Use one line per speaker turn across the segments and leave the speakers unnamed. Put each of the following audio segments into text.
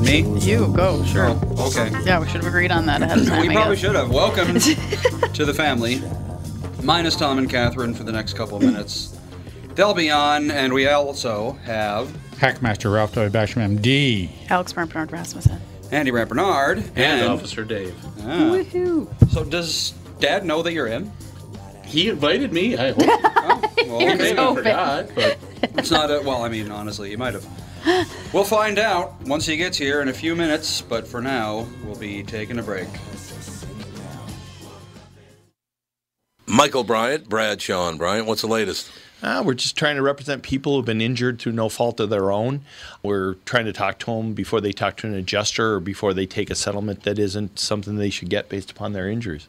Me?
You go, sure.
Oh, okay.
Yeah, we should have agreed on that ahead of time.
We
I
probably
guess.
should have. Welcome to the family. Minus Tom and Catherine for the next couple of minutes. They'll be on, and we also have
Hackmaster Ralph W. Basham, MD.
Alex Bernard Rasmussen.
Andy Rappernard.
And Officer Dave.
Ah.
Woohoo!
So does Dad know that you're in?
He invited me. I hope
Well,
he
maybe.
maybe forgot, but
It's not a, well, I mean, honestly, you might have. We'll find out once he gets here in a few minutes, but for now, we'll be taking a break.
Michael Bryant, Brad Sean Bryant, what's the latest?
Uh, we're just trying to represent people who've been injured through no fault of their own. We're trying to talk to them before they talk to an adjuster or before they take a settlement that isn't something they should get based upon their injuries.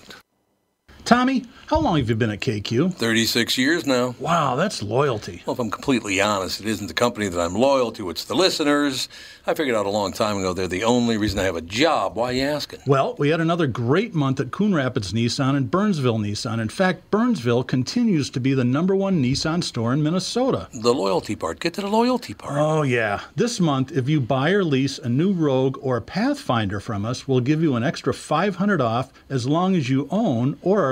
Tommy, how long have you been at KQ?
36 years now.
Wow, that's loyalty.
Well, if I'm completely honest, it isn't the company that I'm loyal to, it's the listeners. I figured out a long time ago they're the only reason I have a job. Why are you asking?
Well, we had another great month at Coon Rapids Nissan and Burnsville Nissan. In fact, Burnsville continues to be the number one Nissan store in Minnesota.
The loyalty part. Get to the loyalty part.
Oh, yeah. This month, if you buy or lease a new Rogue or Pathfinder from us, we'll give you an extra 500 off as long as you own or are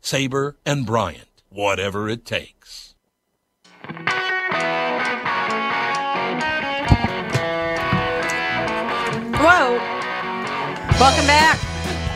Sabre and Bryant, whatever it takes.
Whoa! Welcome back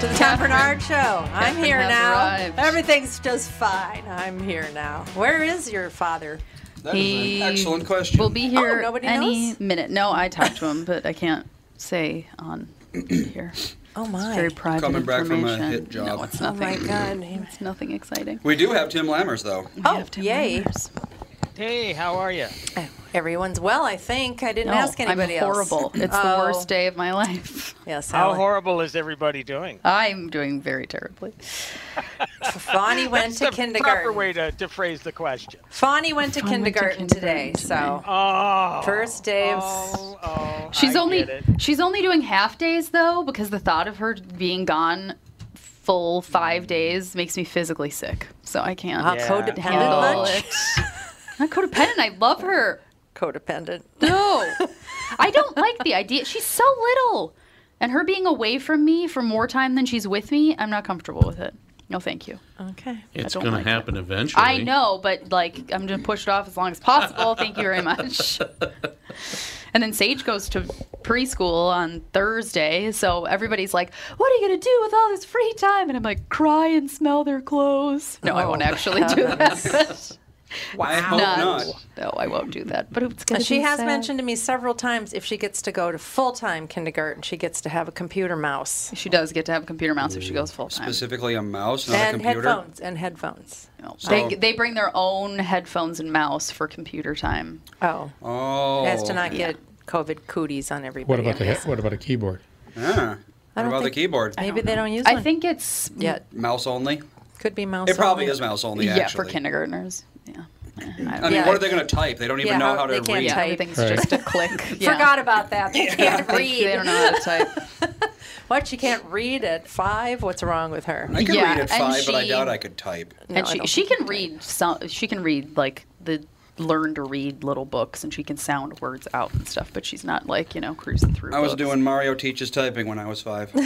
to the Tom Bernard Show. I'm
Catherine
here
has
now.
arrived.
Everything's just fine. I'm here now. Where is your father?
That is
He
an excellent question.
We'll be here
Oh, nobody
any
knows?
minute. No, I talked to him, but I can't say on here.
Oh my!
Very private
Coming back from a
information.
hit job.
No, it's
oh my
nothing.
God! He-
It's nothing exciting.
We do have Tim Lammers, though.
We
Oh,
have to
yay.
members.
Hey, how are you?
Everyone's well, I think. I didn't
No,
ask anybody
I'm
else.
horrible. It's the
Oh,
worst day of my life.
Yes.
How
How
horrible is everybody doing?
I'm doing very terribly.
Fawny went to
the proper
kindergarten.
way to, to phrase the question.
Fawny went to
Fawn went to
kindergarten today,
kindergarten
so
Oh,
first day of.
oh, oh,
She's
I
only
get it.
she's only doing half days though because the thought of her being gone full 5 days makes me physically sick. So I can't
Wow,
Mm. Yeah.
Uh, codependent
handle
much?
it. Not codependent. I love her.
Codependent.
No. I don't like the idea. She's so little. And her being away from me for more time than she's with me, I'm not comfortable with it. No, thank you.
Okay.
it's
don't
going
like
to happen eventually.
I know, but like I'm gonna push it off as long as possible. Thank you very much. and then Sage goes to preschool on Thursday, so everybody's like, "What are you gonna do with all this
Oh.
free time?" And I'm like, "Cry and smell their clothes." No, I won't actually do that.
Why? I hope
not.
not.
No, I won't do that. But it's
Now,
gonna
she
be
has
sad.
mentioned to me several times if she gets to go to full time kindergarten, she gets to have a computer mouse
she does get to have a computer mouse if she goes full time.
Specifically, a mouse, not
and
a computer.
headphones and headphones.
So-
They, they bring their own headphones and mouse for computer time.
Oh,
Oh.
as to not get COVID cooties on everybody.
What about the
I'm
he-
guessing.
what about a keyboard?
Yeah. What
don't
about the
think-
keyboard?
Maybe they don't use
I
one
think it's
yet.
Mouse only.
Could be mouse.
It probably
only.
is mouse only.
yeah for
actually.
kindergartners. Yeah. I
I
don't
mean,
Yeah.
what are they going to type? They don't even
Yeah,
know
how-
how to
they can't
read.
Yeah,
type.
everything's
Right.
just a click. Yeah.
Forgot about that. They can't
They, they
read.
don't know how to type.
What? She can't read at five? What's wrong with her?
I could
Yeah,
read at
and
five, but I
she-
doubt I could type.
No,
and
I
she
don't
she
think
can read some she can read like the learn to read little books and she can sound words out and stuff but she's not like you know cruising through
I was
books.
doing Mario teaches typing when I was five.
Oh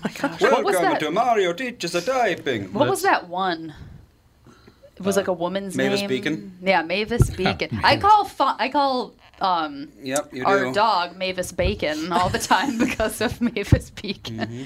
what was
Welcome
that?
to Mario teaches a typing.
what was that one it was like a woman's
Uh, Mavis
name
Beacon? Oh,
yeah mavis beacon i call fa- i call um
Yep, you
our
do.
dog mavis bacon all the time because of mavis beacon
Mm-hmm.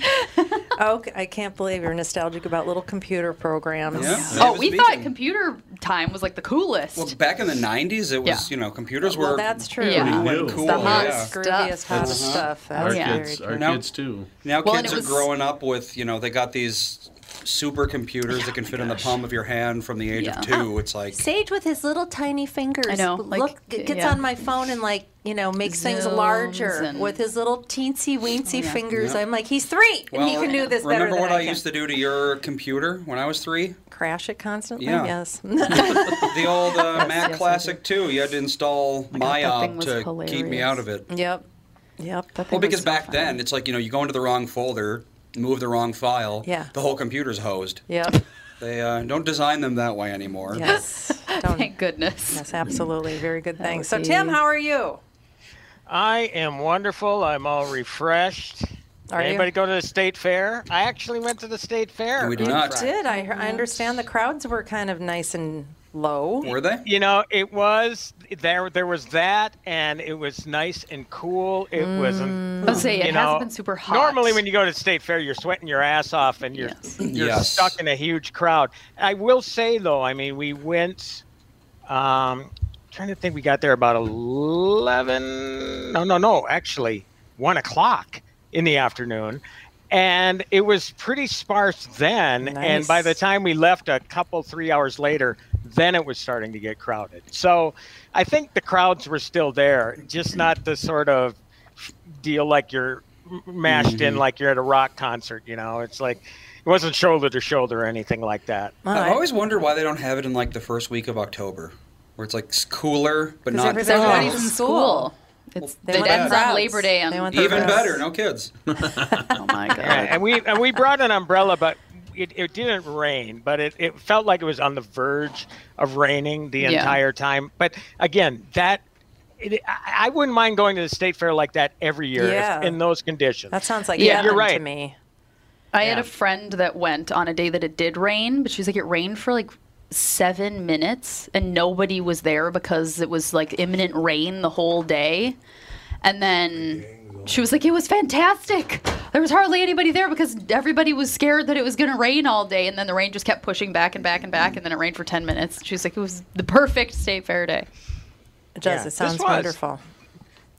Oh, I can't believe you're nostalgic about little computer programs.
Yeah.
oh
Mavis
we
Beacon.
thought computer time was like the coolest
Well, back in the '90s, it was
Yeah.
you know computers
Well,
were
that's true.
Yeah.
new
Pretty
and
new.
cool.
The hot,
yeah.
scurviest, hottest
Uh-huh.
stuff.
Our
That's
Yeah.
very
kids, our
Now-
kids too.
Now
Well, and
kids
it
are
was-
growing up with you know they got these super computers that can fit in the palm of your hand from the age
oh Yeah.
of two. It's like
Sage with his little tiny fingers.
I know, like,
look, g- gets
yeah.
on my phone and like you know makes things
Zooms
larger
and- Oh,
with his little teensy weensy
Yeah.
fingers. I'm like, he's three
well,
and he can do this better
remember
than
what
I,
I,
can.
used to do to your computer when I was three?
Crash it constantly.
Yeah.
Yes.
The old uh, Mac
yes, I
Classic too. You had to install
God, that
MyOp
thing was
to keep me
hilarious.
out of it.
yep. Yep.
Well, because back then it's like you know you go into the wrong folder, move the wrong file,
Yeah.
the whole computer's hosed.
Yep.
They uh, don't design them that way anymore.
Yes. Don't.
thank goodness
Yes, absolutely. Very good thing. So,
would
Tim,
be-
how are you?
I am wonderful. I'm all refreshed.
Are you?
Anybody go to the state fair? I actually went to the state fair.
We did
on
not.
Friday.
Did I, I understand the crowds were kind of nice and low?
Were they?
You know, it was there. There was that, and it was nice and cool. It
Mm.
wasn't.
i'll say it
you
hasn't
know,
been super hot
Normally, when you go to state fair, you're sweating your ass off, and you're
Yes.
you're
Yes.
stuck in a huge crowd. I will say though, I mean, we went. Um, trying to think, we got there about eleven. No, no, no. Actually, one o'clock in the afternoon, and it was pretty sparse then. And by the
Nice.
time we left, a couple three hours later, then it was starting to get crowded. So, I think the crowds were still there, just not the sort of deal like you're m- mashed in like you're at a rock concert. You know, it's like it wasn't shoulder to shoulder or anything like that.
All
I
right.
always wonder why they don't have it in like the first week of October, where it's like s- cooler but
'Cause
not
everybody's
So everybody's
Oh.
in school. It's
They
it
want the
ends on
crowds.
Labor Day.
They
On,
want the
even
Yes.
better. No kids.
oh my god!
Yeah, and we and we brought an umbrella, but it, it didn't rain, but it, it felt like it was on the verge of raining the
Yeah.
entire time. But again, that. It, I I wouldn't mind going to the state fair like that every year if-
Yeah.
in those conditions.
That sounds like
Yeah.
heaven
You're
right.
to me.
I had
Yeah.
a friend that went on a day that it did rain, but she was like, it rained for like seven minutes, and nobody was there because it was like imminent rain the whole day. And then she was like, it was fantastic. There was hardly anybody there because everybody was scared that it was going to rain all day, and then the rain just kept pushing back and back and back, and then it rained for ten minutes. She was like, it was the perfect state fair day.
It does.
Yeah.
It
This
sounds
was-
wonderful.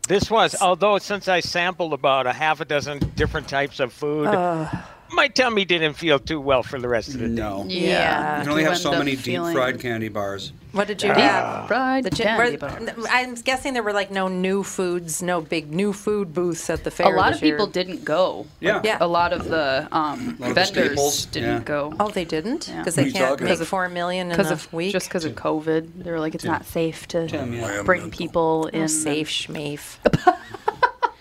This was, although since I sampled about a half a dozen different types of food,
Uh.
my tummy didn't feel too well for the rest of the day.
No. You
Yeah.
can only
You
have
end
so
up
many
feeling-
deep fried candy bars.
What did you
Deep
have?
fried
The chi-
candy
were-
bars.
I'm guessing there were like no new foods, no big new food booths at the fair.
a lot
this
of people
year. oh,
didn't go.
Yeah.
Yeah.
A lot of the um,
lot of the
vendors
staples,
didn't
yeah.
go
Oh, they didn't
Yeah.
because
What are
they
you
can't
talking
make
about?
four million in
because
a
of
week.
just because of COVID. They were like, it's not safe to
yeah.
bring people in.
Oh, safe schmeef.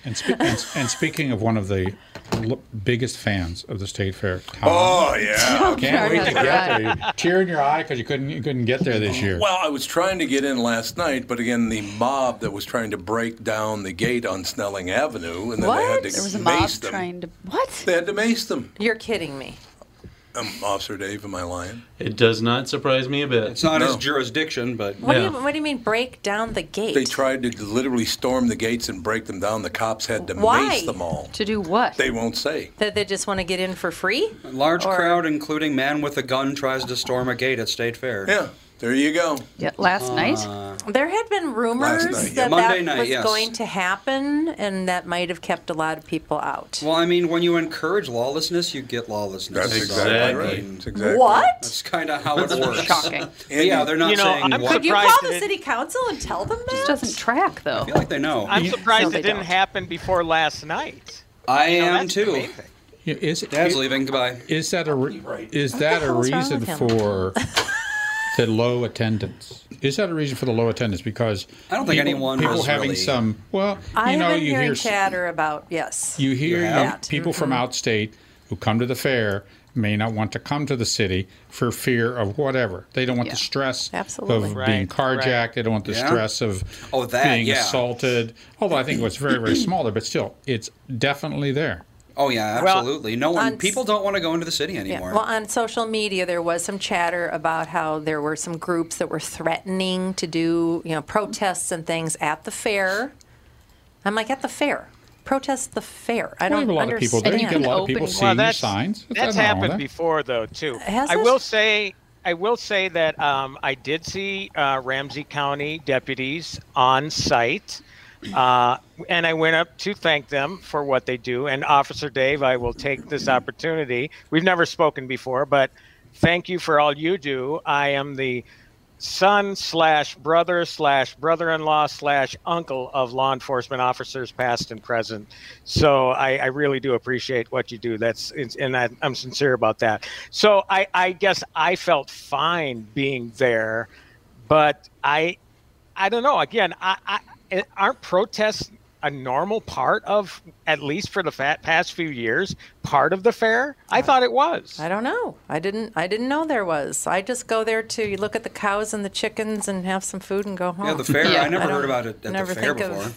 And, spe- and, s- and speaking of one of the l- biggest fans of the state fair, Tom,
Oh yeah.
can't wait to
Right.
get there. You- Tear in your eye because you couldn't you couldn't get there this year.
Well, I was trying to get in last night, but again, the mob that was trying to break down the gate on Snelling Avenue, and then they had
What?
to
There was a mob
mace them.
trying to what?
They had to mace them.
You're kidding me.
Um, Officer Dave, am I lying?
It does not surprise me a bit.
It's not his
No.
jurisdiction, but
What do you
Yeah.
What do you mean break down the gate?
They tried to literally storm the gates and break them down. The cops had to
Why?
mace them all.
To do what?
They won't say.
that they just want to get in for free.
a large
Or-
crowd, including man with a gun, tries to storm a gate at state fair.
Yeah. There you go.
Yeah, last
Uh,
night.
There had been rumors
Last night, yeah.
that
Monday
that
night,
was
yes.
going to happen, and that might have kept a lot of people out.
Well, I mean, when you encourage lawlessness, you get lawlessness.
That's exactly Exactly. right. That's exactly-
What?
That's kind of how it works.
Shocking.
But yeah, they're not
You know,
saying
I'm
what.
Could you call the city council and tell them that? It
doesn't track, though.
I feel like they know.
I'm surprised
they
it didn't
don't.
happen before last night.
I
You know,
am
that's the
too.
main thing.
Yeah, Is it,
Dad's leaving. Goodbye.
Is that a re- is
What the
that a
hell's wrong
reason
with him?
for the low attendance? Is that a reason for the low attendance? Because
I don't think
people-
anyone
people
was
having
really-
some well,
I
you know,
have been
you
hearing
hear s-
chatter about yes.
you hear
Yeah. Mm-hmm.
young
That.
people from outstate who come to the fair may not want to come to the city for fear of whatever. They don't want
Yeah.
the stress
Absolutely.
of being
Right, right.
carjacked. They don't want the
Yeah.
stress of
Oh, that,
being
yeah.
assaulted. Although I think it was very very small there, but still, it's definitely there.
Oh yeah,
Well,
absolutely. no one.
on s-
people don't want to go into the city
Yeah.
anymore.
Well, on social media, there was some chatter about how there were some groups that were threatening to do, you know, protests and things at the fair. I'm like, at the fair, protest the fair. I
Well,
don't
you have a lot of people there. You get a lot of people
understand.
seeing your signs. There's
That's
nothing wrong with
happened
that.
before, though, too.
Has
I
it?
will say, I will say that um, I did see uh, Ramsey County deputies on site, uh, and I went up to thank them for what they do. And Officer Dave, I will take this opportunity. We've never spoken before, but thank you for all you do. I am the son slash brother slash brother-in-law slash uncle of law enforcement officers past and present so i, I really do appreciate what you do that's it's- and I, i'm sincere about that so I, I guess i felt fine being there but i i don't know again i, I it- aren't protests a normal part of at least for the fat, past few years part of the fair i thought it was
I don't know. I didn't. I didn't know there was. I just go there to you look at the cows and the chickens and have some food and go home.
Yeah, the fair. I never
don't-
heard about it at
never
the fair
think of-
before.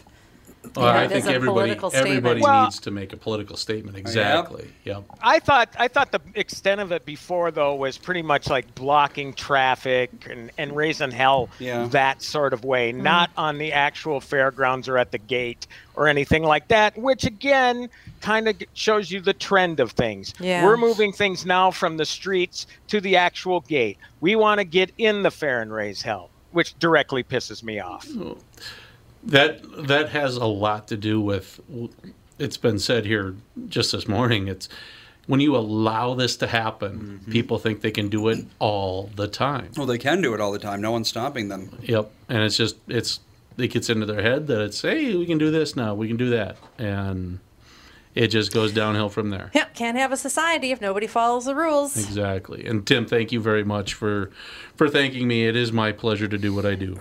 Well,
Yeah,
I
it
think
is a
everybody
political statement.
everybody
Well-
needs to make a political statement. Exactly. Yep.
I thought I thought the extent of it before though was pretty much like blocking traffic and, and raising hell
Yeah.
that sort of way, not on the actual fairgrounds or at the gate or anything like that, which again kind of shows you the trend of things.
Yeah.
We're moving things now from the streets to the actual gate. We want to get in the fair and raise hell, which directly pisses me off.
That that has a lot to do with. It's been said here just this morning. It's when you allow this to happen,
Mm-hmm.
people think they can do it all the time.
Well, they can do it all the time. No one's stopping them.
Yep. And it's just it's it gets into their head that it's hey we can do this now we can do that and it just goes downhill from there.
Yeah, can't have a society if nobody follows the rules.
Exactly. And Tim, thank you very much for for thanking me. It is my pleasure to do what I do.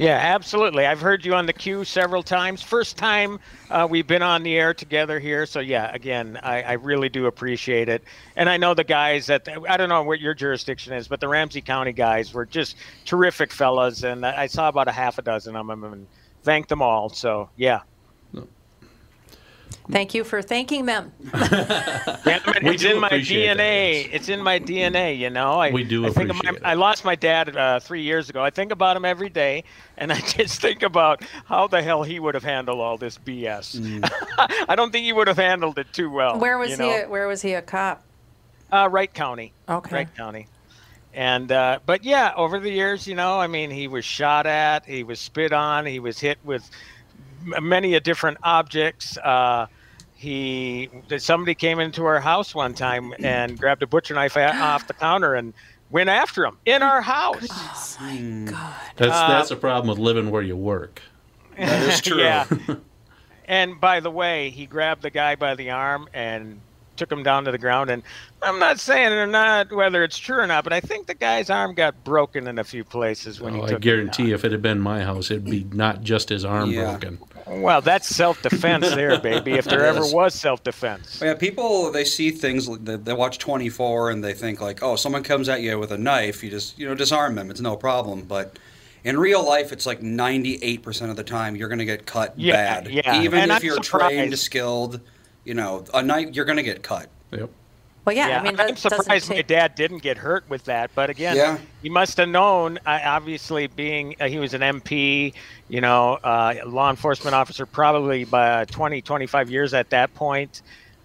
Yeah, absolutely. I've heard you on the queue several times. First time uh, we've been on the air together here. So, yeah, again, I, I really do appreciate it. And I know the guys that, I don't know what your jurisdiction is, but the Ramsey County guys were just terrific fellas. And I I saw about a half a dozen of them and thanked them all. So, yeah.
Thank you for thanking them.
We
it's
do
in my
appreciate that,
DNA. it's in my DNA. You know, I,
We do
I think of my,
appreciate
I lost my dad uh, three years ago. I think about him every day, and I just think about how the hell he would have handled all this BS.
Mm.
I don't think he would have handled it too well.
Where was
Oh, you
he?
know?
A, where was he a cop?
Uh, Wright County.
Okay.
Wright County. And uh, but yeah, over the years, you know, I mean, he was shot at, he was spit on, he was hit with m- many a different objects. Uh, he somebody came into our house one time and grabbed a butcher knife a- off the counter and went after him in our house.
That's
Uh,
that's a problem with living where you work.
That is true. Yeah. And by the way, he grabbed the guy by the arm and took him down to the ground. And I'm not saying or not whether it's true or not, but I think the guy's arm got broken in a few places when he
Oh,
took.
I guarantee if it had been my house, it'd be not just his arm
Yeah.
broken.
Well, that's self-defense there, baby. If there
It
ever
is.
was self-defense.
Yeah, people they see things like- they, they watch 24 and they think like, oh, someone comes at you with a knife, you just you know disarm them, it's no problem. But in real life, it's like 98% of the time you're going to get cut
Yeah,
bad,
yeah.
even
And
if
I'm
you're
surprised.
trained, skilled. You know, a knife you're going to get cut.
Yep.
Well, yeah, I mean, that
I'm surprised my dad didn't get hurt with that. But again,
Yeah.
he must have known. I, obviously, being uh, he was an MP, you know, uh, law enforcement officer, probably by 20, 25 years at that point.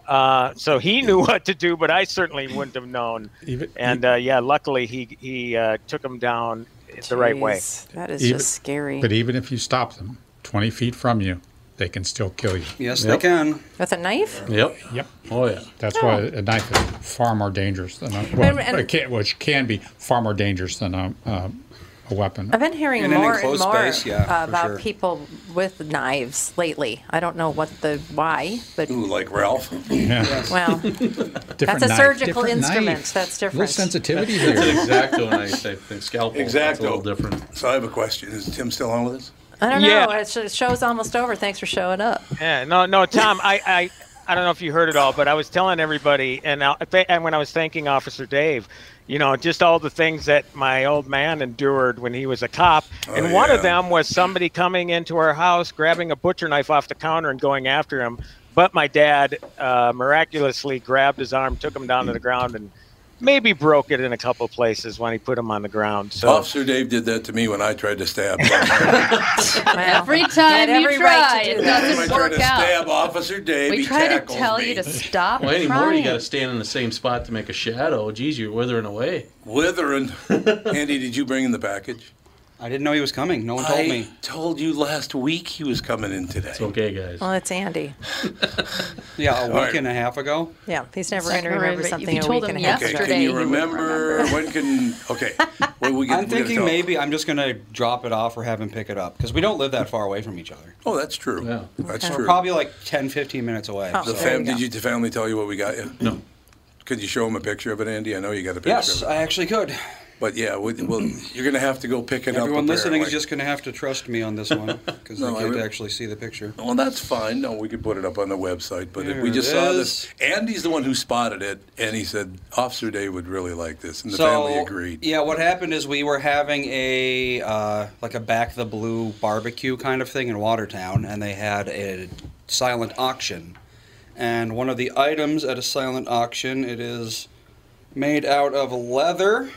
Uh, so he knew what to
e
do, but I certainly wouldn't have known.
Even-
and uh, yeah, luckily he he uh, took him down the right way.
Jeez, That is
Even-
just scary.
But even if you stop them 20 feet from you, they can still kill you.
Yes,
Yep.
they can.
With a knife?
Yep.
Yep.
Oh yeah.
That's why a knife is far more dangerous than a well,
And- and-
it can, which can be far more dangerous than a, uh, a weapon.
I've been hearing
In an
more and
enclosed
more
space, yeah, for
about
sure.
people with knives lately. I don't know what the why, but
Ooh, like Ralph.
Yeah.
well,
Different
that's a
knife,
surgical
different
instrument.
knife.
That's
A little
different.
sensitivity
It's
here.
an exacto knife. I think scalpel. It's a little
Exacto.
different.
So I have a question. Is Tim still on with us?
I don't
Yeah.
know. It's, the show's almost over. Thanks for showing up.
Yeah, no, no, Tom, I, I, I don't know if you heard it all, but I was telling everybody, and I, th- and when I was thanking Officer Dave, you know, just all the things that my old man endured when he was a cop, and one
yeah.
of them was somebody coming into our house, grabbing a butcher knife off the counter and going after him. But my dad uh, miraculously grabbed his arm, took him down to the ground, and maybe broke it in a couple places when he put him on the ground. So
Officer Dave did that to me when I tried to stab. him.
Well,
Every
you had
time you
every
try,
right to
it
do that.
when I
doesn't
tried
work
to
out.
stab Officer Dave,
We
he
try to
tackles
tell
me.
you to stop
Well, anymore you got to
trying.
stand in the same spot to make a shadow. Geez, you're withering away.
Withering. Andy, did you bring in the package?
I didn't know he was coming. No one told
I
me.
told you last week he was coming in today.
It's okay, guys.
Well, it's Andy.
Yeah, a week
right.
and a half ago.
Yeah, he's never
It's
going to
not gonna
remember
remember- if
something
you
a
told
week and a
him
half
okay,
ago.
yesterday,
can you
he would
remember,
remember.
when can? Okay, well, we get,
I'm
we gotta
thinking
talk.
maybe I'm just going to drop it off or have him pick it up because we don't live that far away from each other.
Oh, that's true.
Yeah.
That's
Okay.
true.
We're probably like 10, 15 minutes away.
Oh.
the
There
fam-
you go.
did you the family tell you what we got you?
No.
Could you show him a picture of it, Andy? I know you got a picture
Yes,
of it.
I actually could.
But yeah, we, well, you're going to have to go pick it up.
Everyone listening is
apparently.
just going to have to trust me on this one because
No, I
they can't
re-
actually see the picture.
Well, that's fine. No, we could put it up on the website. But if we
Here
just
it
saw this,
is.
Andy's the one who spotted it, and he said Officer Day would really like this, and the family agreed.
Yeah, what happened is we were having a uh, like a back the blue barbecue kind of thing in Watertown, and they had a silent auction. And one of the items at a silent auction, it is made out of leather.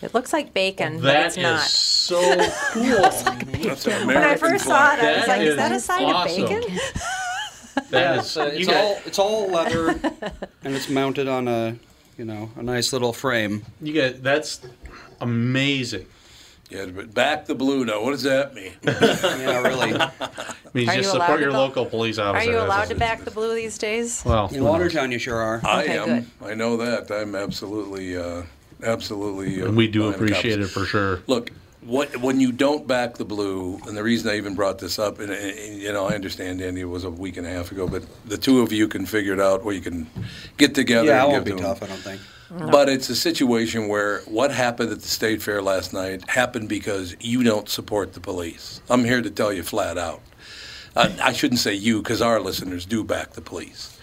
It looks like bacon, but
That
it's
is
not.
so cool.
That's an
When I
American
first saw it, I
That
was like, "Is
is
that a side
awesome.
of bacon?"
That
It's,
is.
uh, it's
you,
all
guys,
it's all leather, and it's mounted on a you know a nice little frame.
you guys, that's amazing.
Yeah, but back the blue now. What does that mean?
Yeah, really.
I mean,
Are
just
you allowed
support
to
your
go-
local police
Are
officer.
you
that's
allowed to
all.
back the blue these days?
Well,
In Watertown, you sure are.
I
Okay,
am.
good.
I know that. I'm absolutely, uh, absolutely. Uh,
and we do
behind the
appreciate
cops.
it for sure.
Look, what when you don't back the blue, and the reason I even brought this up, and, and you know, I understand, Andy, it was a week and a half ago, but the two of you can figure it out, or you can get together.
Yeah, I
and
won't be
give to 'em.
tough. I don't think.
But it's a situation where what happened at the state fair last night happened because you don't support the police. I'm here to tell you flat out. Uh, I shouldn't say you because our listeners do back the police.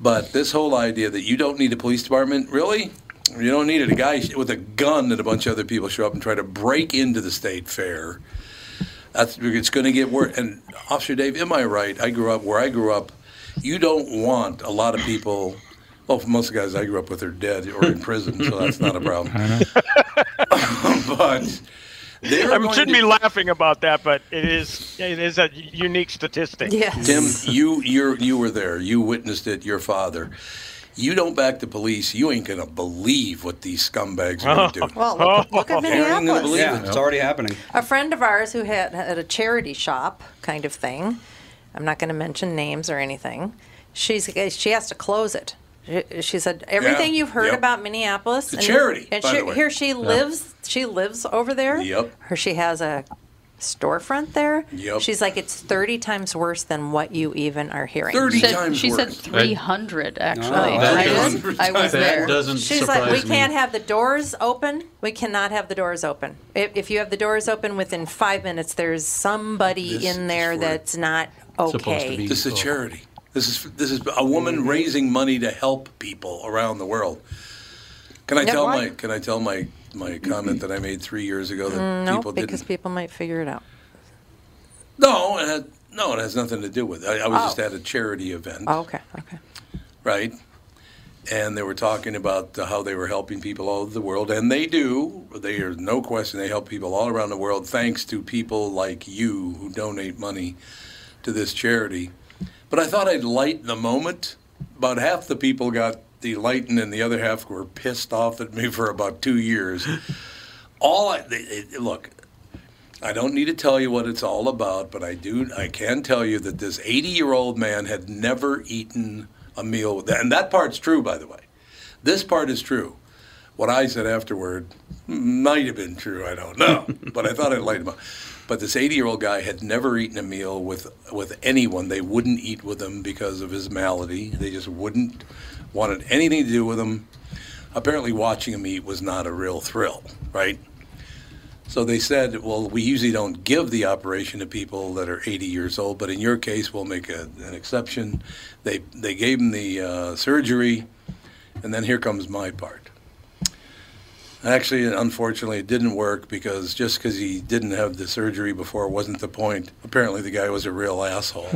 But this whole idea that you don't need a police department, really? You don't need it. A guy sh- with a gun and a bunch of other people show up and try to break into the state fair. That's, it's going to get worse. And Officer Dave, am I right? I grew up where I grew up. You don't want a lot of people. Well, most of the guys I grew up with are dead or in prison, so that's not a problem. but they're
I
going
shouldn't be
to-
laughing about that, but it is it is a unique statistic.
Yes.
Tim, you you you were there. You witnessed it. Your father. You don't back the police. You ain't gonna believe what these scumbags are gonna do.
Well, look, look at
You're not gonna
Minneapolis.
believe
Yeah,
it.
it's already happening.
a friend of ours who had, had a charity shop kind of thing i'm not going to mention names or anything she's she has to close it She- she said everything
Yeah,
you've heard
yep.
about minneapolis
a charity,
and
by
she,
the way.
here she lives she lives over there
Yep.
her she has a storefront there
Yep.
she's like it's 30 times worse than what you even are hearing
30
Said-
times
she said
worse.
300 actually.
Oh,
I,
that
was, I was
That
there.
doesn't
She's
surprise
like, we
me.
can't have the doors open. We cannot have the doors open. If, if you have the doors open within five minutes, there's somebody
This
in there
is where-
that's not
supposed to
okay. Mm-hmm.
be.
This is a charity. This is this is a woman raising money to help people around the world. Can I
Yeah,
tell my
why?
Can I tell my my comment that I made three years ago that
No,
people
Mm, because
didn't?
people might figure it out.
no, it had, no, it has nothing to do with. it. I, I was
Oh.
just at a charity event.
Oh, okay, okay.
right? And they were talking about how they were helping people all over the world, and they do. They are no question. They help people all around the world, thanks to people like you who donate money to this charity. But I thought I'd lighten the moment. About half the people got the lighten, and the other half were pissed off at me for about two years. all I, it, it- look, I don't need to tell you what it's all about, but I do. I can tell you that this 80-year-old man had never eaten a meal, with- and that part's true, by the way. This part is true. What I said afterward might have been true. I don't know, but I thought I'd light him up. But this 80-year-old guy had never eaten a meal with with anyone. They wouldn't eat with him because of his malady. They just wouldn't wanted anything to do with him. Apparently, watching him eat was not a real thrill, right? So they said, well, we usually don't give the operation to people that are 80 years old, but in your case, we'll make a, an exception. They, they gave him the uh, surgery, and then here comes my part. Actually, unfortunately, it didn't work because just because he didn't have the surgery before wasn't the point. Apparently, the guy was a real asshole.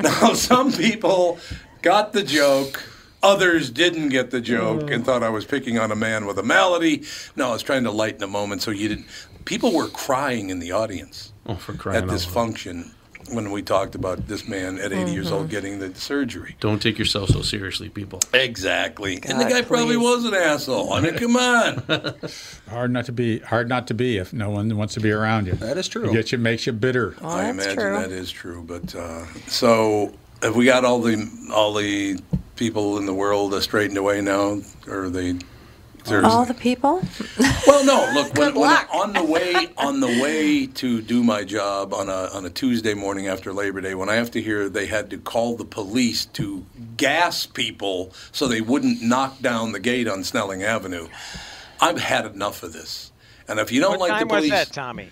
now, some people got the joke. Others didn't get the joke and thought I was picking on a man with a malady. No, I was trying to lighten the moment so you didn't. People were crying in the audience
Oh, for crying
at
out
this
loud.
function when we talked about this man at 80 years old getting the surgery.
Don't take yourself so seriously, people.
Exactly. and the
God,
guy probably
please.
was an asshole. I mean, come on.
Hard not to be. Hard not to be if no one wants to be around you.
That is true.
It gets you, makes you bitter.
Well,
I
that's
imagine
true.
that is true. But uh, so have we got all the all the people in the world uh, straightened away now, or are they? there's-
All the people?
Well, no. Look, when,
Good
when
luck.
on the way on the way to do my job on a on a Tuesday morning after Labor Day, when I have to hear they had to call the police to gas people so they wouldn't knock down the gate on Snelling Avenue, I've had enough of this. And if you don't
What
like the
time was
police,
that, Tommy?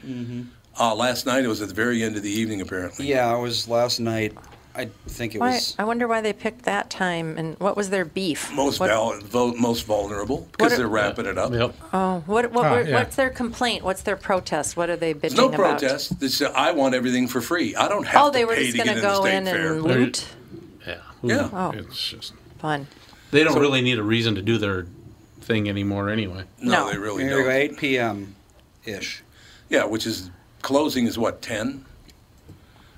Uh, last night it was at the very end of the evening, apparently.
Yeah, I was last night. I think it
Why,
was.
I wonder why they picked that time and what was their beef?
Most
what,
val- vo- most vulnerable because
are-
they're wrapping it up.
Yep.
Oh, what, what,
Ah,
were-
yeah.
what's their complaint? What's their protest? What are they bitching
There's no
about?
protest. This, uh, I want everything for free. I don't have
Oh, they
to
were
pay
just
to get in
going to
the
go
state
in
fair.
and loot?
Yeah.
Yeah.
Hmm.
Oh.
It's just
Fun.
Hmm. they don't really need a reason to do their thing anymore anyway.
no,
No.
they really
Here we go,
don't.
8 p.m. ish.
Yeah, which is closing is what ten.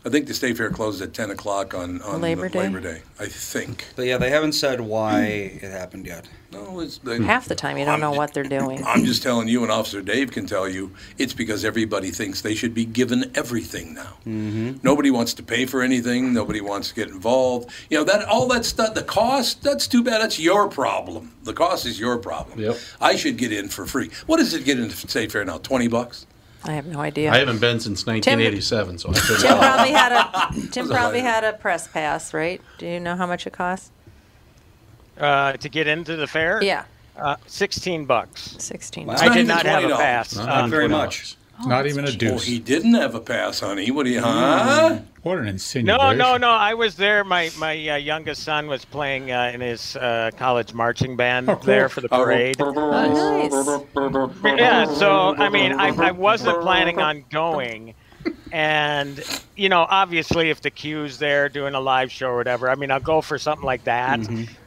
I think the state fair closed at ten o'clock on, on
Labor Day?
Labor Day. I think.
But yeah, they haven't said why it happened yet.
No, it's, they,
Half the time you don't know what they're doing.
I'm just telling you, and Officer Dave can tell you, it's because everybody thinks they should be given everything now. Mm-hmm. Nobody wants to pay for anything. Nobody wants to get involved. You know that all that stuff. The cost. That's too bad. That's your problem. The cost is your problem.
Yep.
I should get in for free. What does it get in state fair now? Twenty bucks.
I have no idea.
I haven't been since 1987, so I couldn't.
Tim probably had a Tim
was a
probably
highlight.
had a press pass, right? Do you know how much it costs?
Uh, to get into the fair?
Yeah,
Uh, 16 bucks.
sixteen.
Wow.
bucks.
I
not
did
even
not have a
$20.
pass.
No,
Uh,
Not very
$20.
much.
Not even a
Well,
deuce.
he didn't have a pass, honey. What do you? Huh?
What an insinuation.
no, no, no. I was there. My my uh, youngest son was playing uh, in his uh, college marching band there for the parade.
Nice.
yeah, so I mean, I, I wasn't planning on going, and you know, obviously, if the queue's there doing a live show or whatever, I mean, I'll go for something like that.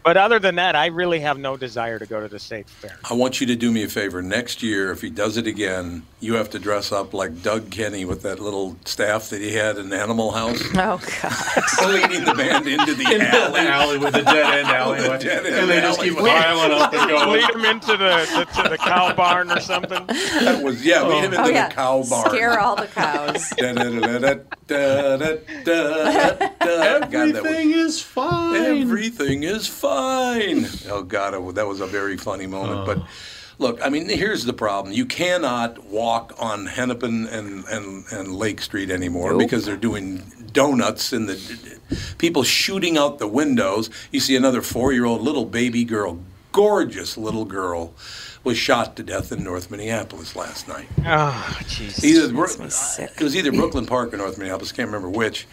But other than that, I really have no desire to go to the state fair.
I want you to do me a favor. Next year, if he does it again, you have to dress up like Doug Kenny with that little staff that he had in Animal House,
Oh God.
leading the band into the alley.
with the dead end
alleyway. dead end And they just keep alleyway.
piling up and
Lead him into the, the to the cow barn or something.
That was yeah, lead him into
Oh yeah.
the cow barn.
Scare all the cows.
Everything.
Everything is fine.
Everything is fine. Oh God, it- that was a very funny moment. But look, I mean, here's the problem: you cannot walk on Hennepin and and, and Lake Street anymore because they're doing donuts and the people shooting out the windows. You see another four-year-old little baby girl, gorgeous little girl, was shot to death in North Minneapolis last night.
Oh, jeez.
Either Bro-
me sick.
it was either Brooklyn Park or North Minneapolis. Can't remember which.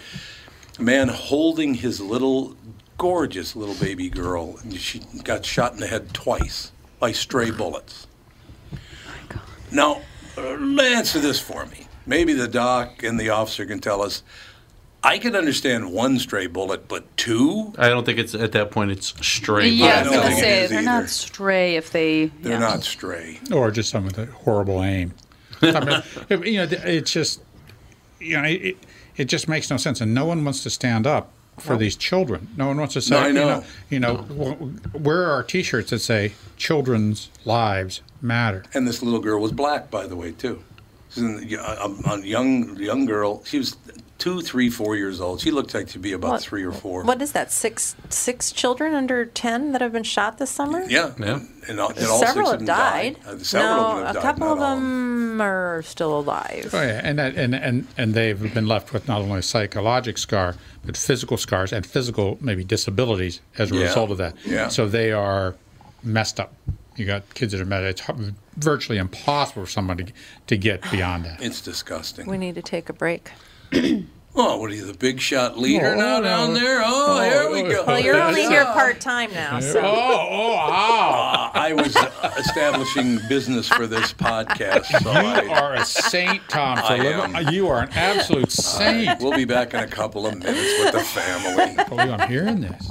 A man holding his little, gorgeous little baby girl, and she got shot in the head twice by stray bullets. Now, uh, answer this for me. Maybe the doc and the officer can tell us. I can understand one stray bullet, but two?
I don't think it's at that point. It's straight.
Yeah, I was
don't
gonna
think it
say
is
they're
either.
not stray if they.
They're
yeah.
not stray.
or just some of the horrible aim. I mean, it- you know, th- it's just, you know, it, it just makes no sense, and no one wants to stand up for these children. No one wants to say,
No, I
you know,
know.
you know, w- where are T-shirts that say "Children's Lives matter.
And this little girl was black, by the way, too. She's an- a, a- a young young girl. She was two, three, four years old. She looked like to be about
What-
three or four.
What is that? Six six children under ten that have been shot this summer?
Yeah,
Yeah.
And all, and all
Several
six
have
of them
died.
Uh, several
no,
of them have
a
died.
couple
not
of
all
them are still alive.
Oh yeah, and that, and, and and they've been left with not only psychologic scar, but physical scars and physical maybe disabilities as a
Yeah.
result of that.
Yeah.
So they are messed up. You got kids that are messed. It's hu- virtually impossible for someone to, to get beyond that.
It's disgusting.
We need to take a break.
oh, what are you, the big shot leader now
no.
down there? Oh, here we go.
Well, you're only here part time now, so
oh, wow!
Uh, I was establishing business for this podcast, so
You
I,
are a saint, Tom. For
I
living-
am.
You are an absolute saint.
we'll be back in a couple of minutes with the family.
I believe I'm hearing this.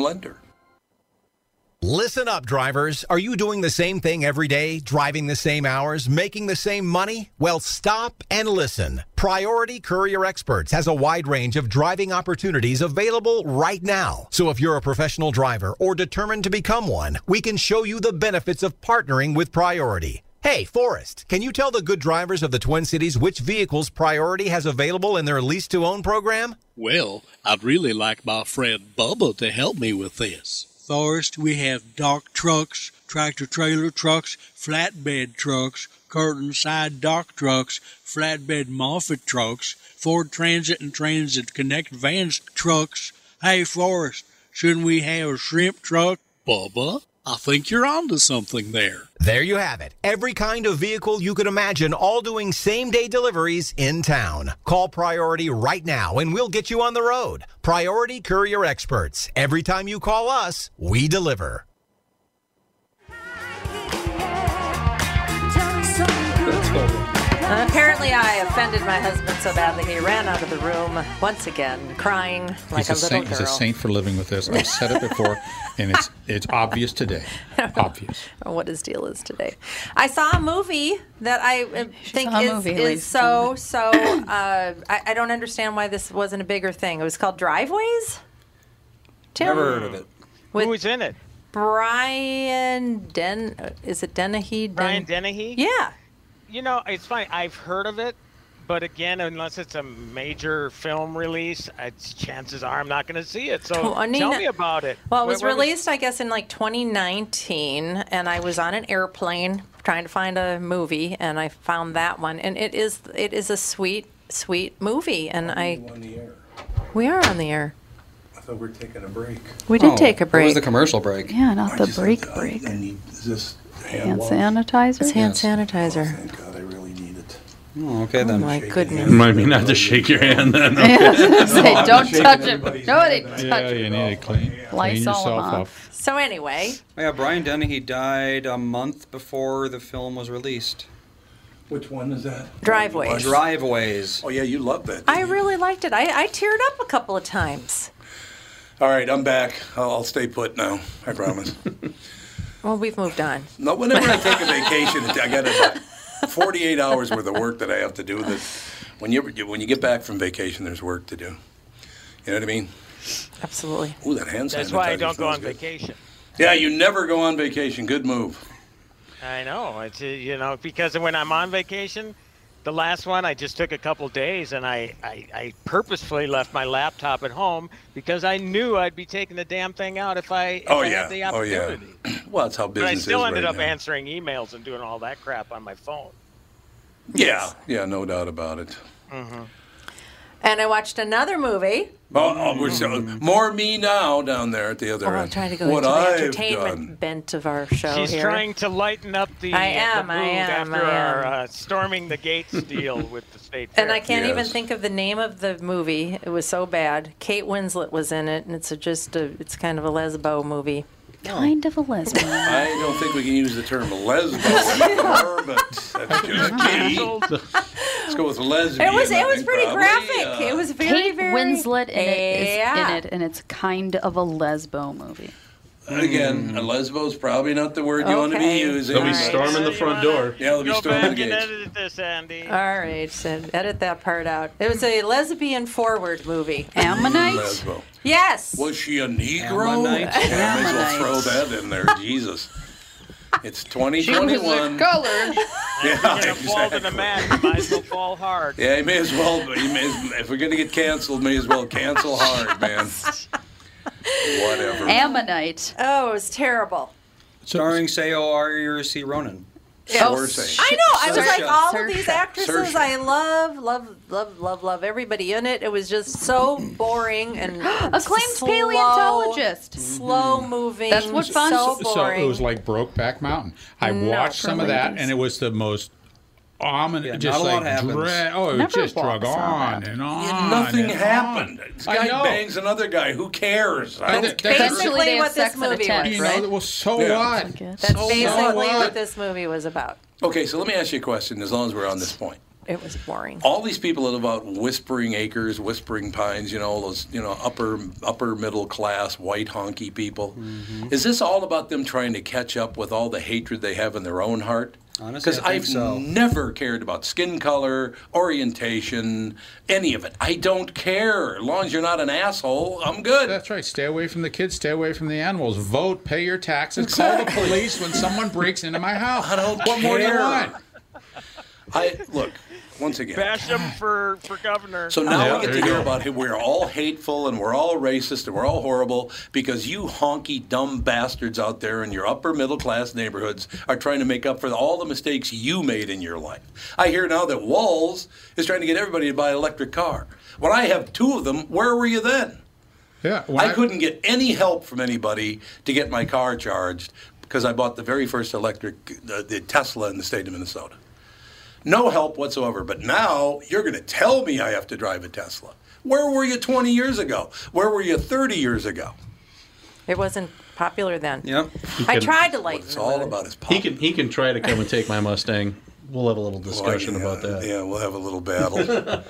lender.
Listen up, drivers. Are you doing the same thing every day, driving the same hours, making the same money? Well, stop and listen. Priority Courier Experts has a wide range of driving opportunities available right now. So if you're a professional driver or determined to become one, we can show you the benefits of partnering with Priority. Hey, Forrest, can you tell the good drivers of the Twin Cities which vehicles Priority has available in their lease to own program?
Well, I'd really like my friend Bubba to help me with this. Forrest, we have dock trucks, tractor trailer trucks, flatbed trucks, curtain side dock trucks, flatbed Moffat trucks, Ford Transit and Transit Connect vans trucks. Hey, Forrest, shouldn't we have a shrimp truck? Bubba, I think you're onto something there.
There you have it. Every kind of vehicle you could imagine, all doing same day deliveries in town. Call Priority right now and we'll get you on the road. Priority Courier Experts. Every time you call us, we deliver.
apparently I offended my husband so badly he ran out of the room once again, crying like
he's
a,
a,
little
saint.
girl.
He's a saint for living with this. I've said it before, and it's it's obvious today. Obvious.
or Oh, what his deal is today. I saw a movie that I uh, think
saw a
is,
movie,
is
ladies
so so. Uh, I, I don't understand why this wasn't a bigger thing. It was called Driveways. Tim?
Never heard of it.
With-
Who's in it?
Brian Den. uh, Is it Dennehy? Den-
Brian Dennehy?
Yeah.
You know, it's funny. I've heard of it, but again, unless it's a major film release, it's, chances are I'm not going to see it. So
Well, I mean,
tell me about it.
Well, it
Where-
was
where
released, I guess, in like 2019, and I was on an airplane trying to find a movie, and I found that one, and it is it is a sweet sweet movie, and I
On the air.
we are on the air.
I thought we were taking a break.
We did
Oh,
take a
It was
break.
the commercial break.
Yeah, not the break break.
I, need this
Hand sanitizer.
Hand sanitizer.
Thank God, I really need it.
Oh, okay then.
My goodness.
Remind me not to shake your hand then.
Say, don't touch it. Nobody
Yeah,
touch it.
you need to clean, clean
Lysol 'em
yourself up.
off.
So anyway,
Oh, Yeah, Brian Dennehy died a month before the film was released.
Which one is that?
driveways.
Driveways.
Oh yeah, you love that.
I really liked it. I, I teared up a couple of times.
All right, I'm back. I'll, I'll stay put now. I promise.
Well, we've moved on.
No, whenever I take a vacation, I got about 48 hours worth of work that I have to do. That when you when you get back from vacation, there's work to do. You know what I mean?
Absolutely.
Ooh, that hand sanitizer.
That's why I don't go
smells
on
good.
vacation.
Yeah, you never go on vacation. Good move.
I know. It's uh, you know because when I'm on vacation, the last one, I just took a couple days, and I, I, I purposefully left my laptop at home because I knew I'd be taking the damn thing out if I, if
Oh
I
yeah.
had the
oh
opportunity.
yeah. Well, that's how
But
business
I
is
still ended
right
up
now.
answering emails and doing all that crap on my phone.
Yeah. Yeah. No doubt about it.
Mm-hmm.
And I watched another movie.
Oh, oh,
Mm-hmm.
we're so, more me now down there at the other
Oh,
end.
I'm trying to go
what
into the
I've
entertainment
done.
bent of our show
She's
here.
trying to lighten up the,
I am,
the
I
mood
am,
after
I am.
our uh, storming the gates deal with the state.
and
fair.
I can't even think of the name of the movie. It was so bad. Kate Winslet was in it, and it's a, just a, it's kind of a lesbo movie.
Oh. Kind of a lesbian.
I don't think we can use the term lesbo anymore, but that's just key. Let's go with lesbian.
It was
I
it was
think,
pretty
probably.
graphic.
Uh,
It was very
Kate
very
Winslet in it is
Yeah.
in it, and it's kind of a lesbo movie.
Again, a lesbo's probably not the word you want to be
Okay.
using.
They'll Mm. be
but-
storming the front door.
Yeah, they'll be
Go
storming the
back and
gates.
edit this, Andy.
All right, so edit that part out. It was a lesbian forward movie.
Ammonite.
Lesbo.
Yes.
Was she a Negro?
Ammonite.
Yeah, I might as well
Ammonite.
throw that in there. Jesus. It's
She was a
2021.
color.
Yeah,
You're gonna fall to the mat. You might as well fall hard.
Yeah, you may as well. You may as, if we're gonna get canceled, may as well cancel hard, man. Whatever.
Ammonite.
Oh, it was terrible.
Starring Sayo Ariusi Ronan.
Yeah.
Or say-
I know. I was
Saoirse.
like all of these actresses.
Saoirse.
I love, love, love, love, love everybody in it. It was just so boring and
Acclaimed
slow,
paleontologist.
Slow moving.
That's what fun-
So
So-
So it
boring.
was like Brokeback Mountain. I
No,
watched some of that, and it was the most ominous.
not
just
a lot
like
happens.
dra- oh, it
Never
just drug
walks
uh,
on
on
and on.
Nothing
and on.
happened. This
I
guy
know.
bangs another guy. Who cares? I
But
don't
that- that's-
care.
Basically
Basically, they
what
have
this
sex on a
movie
tent,
was,
You
right?
know, well, so
Yeah.
what?
That's
So
basically
what?
what this movie was about.
Okay, so let me ask you a question. As long as we're on this point,
It was boring.
all these people that live out in Whispering Acres, Whispering Pines, you know, all those you know upper upper middle class white honky people.
Mm-hmm.
Is this all about them trying to catch up with all the hatred they have in their own heart?
Honestly, I think
I've
so.
never cared about skin color, orientation, any of it. I don't care. As long as you're not an asshole, I'm good.
That's right. Stay away from the kids. Stay away from the animals. Vote. Pay your taxes. Call
Exactly.
the police when someone breaks into my house.
I don't
what more do you
care.
want?
I look once again.
Bash him for, for governor.
So now
Yeah,
we get
there
to
you
hear
go.
about how we're all hateful and we're all racist and we're all horrible because you honky dumb bastards out there in your upper middle class neighborhoods are trying to make up for all the mistakes you made in your life. I hear now that Walls is trying to get everybody to buy an electric car. When I have two of them, where were you then?
Yeah. when
I couldn't get any help from anybody to get my car charged because I bought the very first electric, uh, the Tesla in the state of Minnesota. No help whatsoever. But now you're going to tell me I have to drive a Tesla. Where were you 20 years ago? Where were you 30 years ago?
It wasn't popular then.
Yep.
I
can-
tried to lighten
It's
the
all
mood.
about his
He
pocket.
can he can try to come and take my Mustang. We'll have a little discussion
Well,
about
yeah,
that.
Yeah, we'll have a little battle.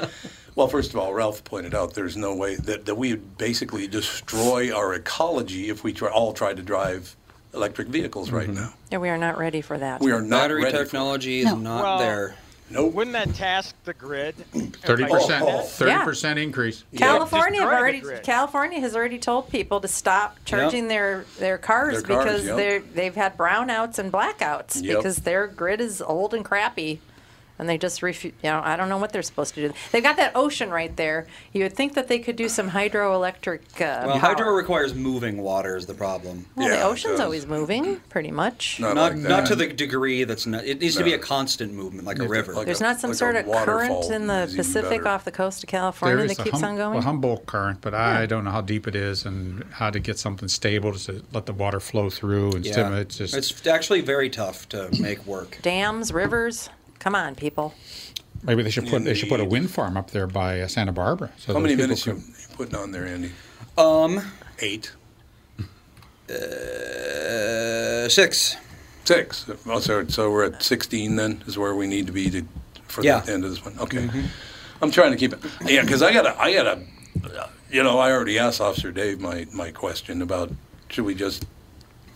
well, first of all, Ralph pointed out there's no way that, that we would basically destroy our ecology if we try, all tried to drive electric vehicles right now.
Yeah, we are not ready for that.
We are not
Battery
ready for-
technology is not
Well,
there.
Nope.
Wouldn't that task the grid?
Thirty percent.
Oh, oh.
Thirty percent increase.
California
Destroy
have
the
already
grid.
California has already told people to stop charging their, their cars
Their cars,
because
yep.
they're they've had brownouts and blackouts
Yep.
because their grid is old and crappy. And they just refuse. You know, I don't know what they're supposed to do. They've got that ocean right there. You would think that they could do some hydroelectric.
Well,
Uh, power.
hydro requires moving water is the problem.
Well,
Yeah,
the
it
ocean's
does.
always moving, pretty much.
Not,
Not,
like
not
that.
to the degree that's not. It needs to be
No.
a constant movement, like a river.
like
There's
a-
not some
like a
sort of current
waterfall
in the
is even
Pacific
better.
off the coast of
There
California
is
that
the
keeps
hum-
on going.
well, Humboldt current, but I don't know how deep it is and how to get something stable to s- let the water flow through and stimulate. It's just
It's actually very tough to make work.
Dams, rivers. Come on, people.
maybe they should put they should put a wind farm up there by uh, Santa Barbara. So
How
those
many
people
minutes you
could-
you putting on there, Andy?
Um,
Eight,
uh, six.
six. Oh, sorry. So we're at 16 then is where we need to be to for
Yeah.
the end of this one. Okay.
Mm-hmm.
I'm trying to keep it. Yeah, because I gotta, I gotta, you know, I already asked Officer Dave my my question about should we just,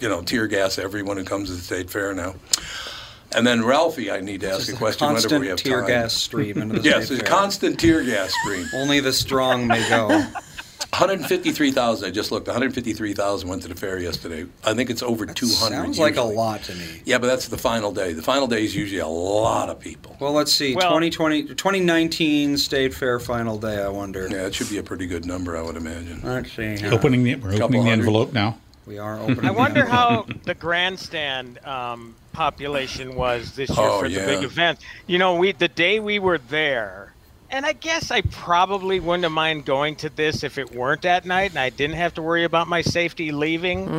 you know, tear gas everyone who comes to the state fair now. And then Ralphie, I need to ask
Just
a
a
question whenever
constant
we have
tear
time.
gas stream into the
Yes,
state
a
fair.
constant tear gas stream.
Only the strong may go.
153,000. I just looked. 153,000 went to the fair yesterday. I think it's over 200.
sounds like a
usually.
lot to me.
Yeah, but that's the final day. The final day is usually a lot of people.
Well, let's see.
Well-
2020, 2019 State Fair final day. I wonder.
Yeah, it should be a pretty good number, I would imagine.
Let's see. here.
Opening the, we're
Couple
opening the
hundred.
envelope now. Mm-hmm.
We are opening.
I
the
wonder
envelope.
how the grandstand um, population was this year
Oh,
for
yeah.
the big event. You know, we the day we were there, and I guess I probably wouldn't have mind going to this if it weren't at night and I didn't have to worry about my safety leaving.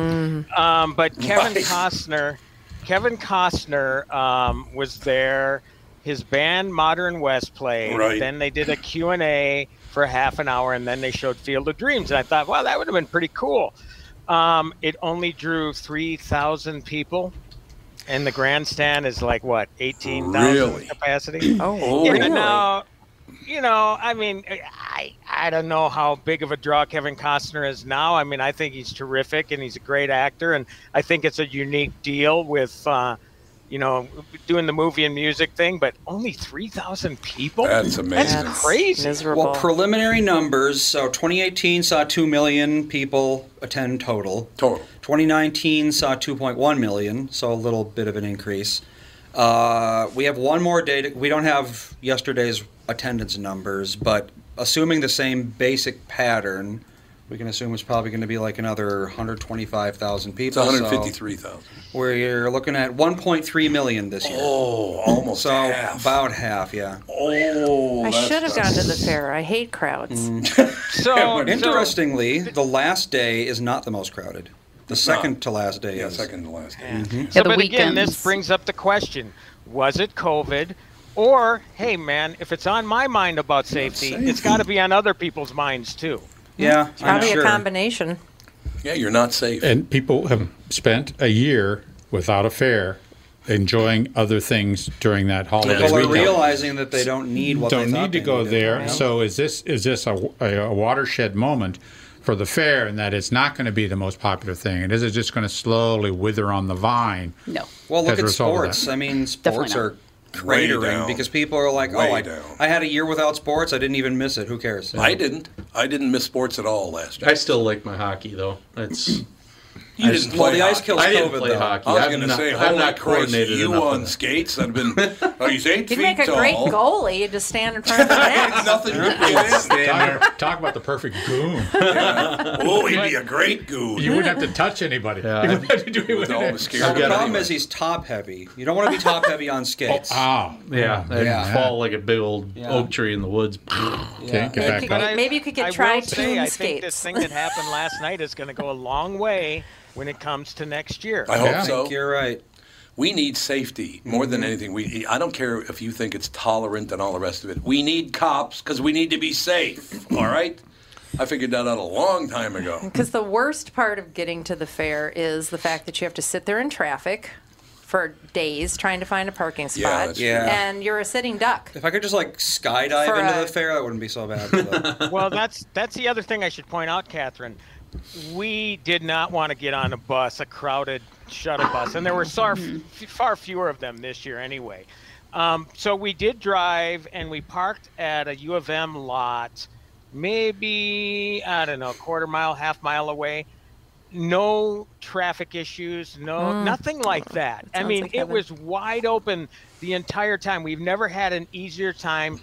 Um, but Kevin
Right.
Costner, Kevin Costner um, was there. His band Modern West played.
Right.
Then they did a Q and A for half an hour, and then they showed Field of Dreams. And I thought, wow, that would have been pretty cool. Um, it only drew three thousand people, and the grandstand is like what eighteen thousand
Really?
capacity.
Oh,
You
really?
know, you know, I mean, eh, I I don't know how big of a draw Kevin Costner is now. I mean, I think he's terrific and he's a great actor, and I think it's a unique deal with, uh, you know, doing the movie and music thing. But only three thousand people.
That's amazing.
That's crazy.
Well, preliminary numbers. So 2018 saw 2 million people attend total.
Total.
2019 saw 2.1 million, so a little bit of an increase. Uh, we have one more data. We don't have yesterday's attendance numbers, but assuming the same basic pattern, we can assume it's probably going to be like another 125,000
It's
people. so-
153,000.
where you're looking at 1.3 million this year.
Oh, almost
so
half.
About half, yeah.
Oh, Mm.
I
that's
should have
nice.
gone to the fair. I hate crowds.
So
interestingly, the last day is not the most crowded. The second to last day is.
second to last day.
Mm-hmm.
So, but again, this brings up the question: Was it COVID, or hey, man, if it's on my mind about safety, it's got to be on other people's minds too.
Yeah,
It's probably a combination.
Yeah, you're not safe.
And people have spent a year without a fair enjoying other things during that holiday.
People are
weekend.
realizing that they don't need what
don't
they thought
need to
they
go
needed.
there.
Yeah.
So is this is this a, a watershed moment for the fair, and that it's not going to be the most popular thing, and is it just going to slowly wither on the vine?
No.
Well,
as a
look at
result of
sports.
that?
I mean, sports
not.
are
Way
cratering
down.
because people are like,
Way
"Oh, I,
down.
I had a year without sports. I didn't even miss it. Who cares?"
I didn't. I didn't miss sports at all last year.
I still like my hockey though. It's
You
I-
didn't play
Well, the ice
hockey.
kills I didn't COVID, play though. hockey.
I was
I'm
going to
not-
say,
I'm
holy
not
Christ,
coordinated
you
enough for
on skates. I'd have been. Oh, he's 8
He'd
feet
make a
tall.
great goalie. He'd just stand in front of the net.
Nothing you
Talk, talk about the perfect goon.
Oh, he'd be a great goon.
You wouldn't have to touch anybody. You wouldn't have to do it Uh, with it.
Well, the problem is he's top heavy. You don't want to be top heavy on skates.
Ah,
yeah,
Yeah.
I'd
Yeah.
fall like a big old
Yeah.
oak tree in the woods.
Can't
get back
But
up.
I-
Maybe you could get
I will
tri-tune
say, I think
skates.
this thing that happened last night is going to go a long way when it comes to next year.
I hope so.
you're right.
We need safety more than anything. We I don't care if you think it's tolerant and all the rest of it. We need cops because we need to be safe. All right. I figured that out a long time ago.
Because the worst part of getting to the fair is the fact that you have to sit there in traffic for days trying to find a parking spot.
Yeah, that's true. Yeah.
And you're a sitting duck.
If I could just like skydive
For
into
a-
the fair, that wouldn't be so bad. but-
well, that's that's the other thing I should point out, Catherine. We did not want to get on a bus, a crowded shuttle bus, and there were far,
Mm-hmm.
far fewer of them this year anyway. Um, so we did drive, and we parked at a U of M lot, maybe I don't know, a quarter mile, half mile away. No traffic issues, no
Mm.
nothing like that. I
Sounds
mean,
like
it
heaven.
was was wide open the entire time. We've never had an easier time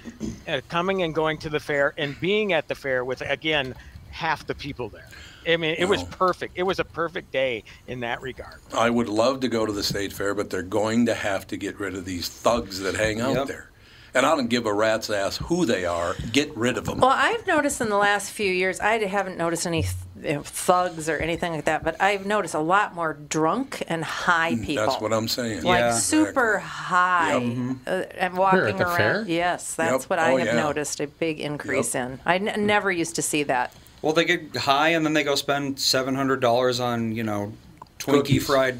uh, coming and going to the fair and being at the fair with again half the people there. I mean, it was perfect. It was a perfect day in that regard.
I would love to go to the state fair, but they're going to have to get rid of these thugs that hang out
Yep.
there. And I don't give a rat's ass who they are. Get rid of them.
Well, I've noticed in the last few years, I haven't noticed any th- you know, thugs or anything like that, but I've noticed a lot more drunk and high people.
Mm, That's what I'm saying.
Like super high uh, and walking
at the
around.
fair?
Yes, that's
Yep.
what I
Oh,
have
yeah.
noticed a big increase in. I
Mm.
n- never used to see that.
well, they get high and then they go spend seven hundred dollars on you know Twinkie
Cookies.
fried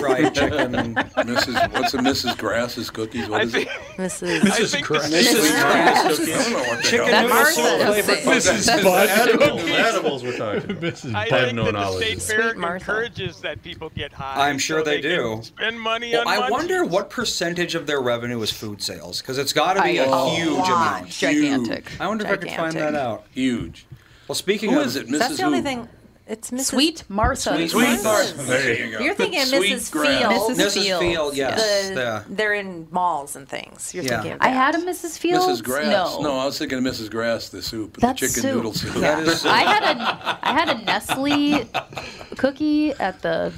fried chicken. And,
Mrs. What's a Mrs. Grass's cookies? What is it?
Mrs.
Mrs. Grass. I don't know what the
Chicken
hell.
noodle soup flavor.
Mrs. Bud. Edibles, edibles we're talking about.
Mrs.
I
Bud.
have no
that the
knowledge.
state
of that.
Fair encourages that people get high.
I'm sure
so
they, do.
can Spend money
Well,
on
I
munchies.
wonder what percentage of their revenue is food sales because it's got to be
I-
a
a
huge
lot.
amount.
Gigantic.
I wonder if I could find
Gigantic.
that out.
Huge.
Well, speaking
Who
of
is it,
So that's the only thing. It's Mrs.
Sweet Martha.
Sweet Sweet Martha. Martha. There you go.
You're thinking of
Sweet
Mrs.
Graham.
Field.
Mrs. Mrs. Field, Field, yes,
The-
yeah.
They're in malls and things. You're
Yeah.
thinking of
I
that.
had a Mrs. Fields.
Mrs. Grass.
No.
I was thinking of Mrs. Grass, the soup,
That's
the chicken
soup.
noodle soup.
Yeah. I had a I had a Nestle cookie at the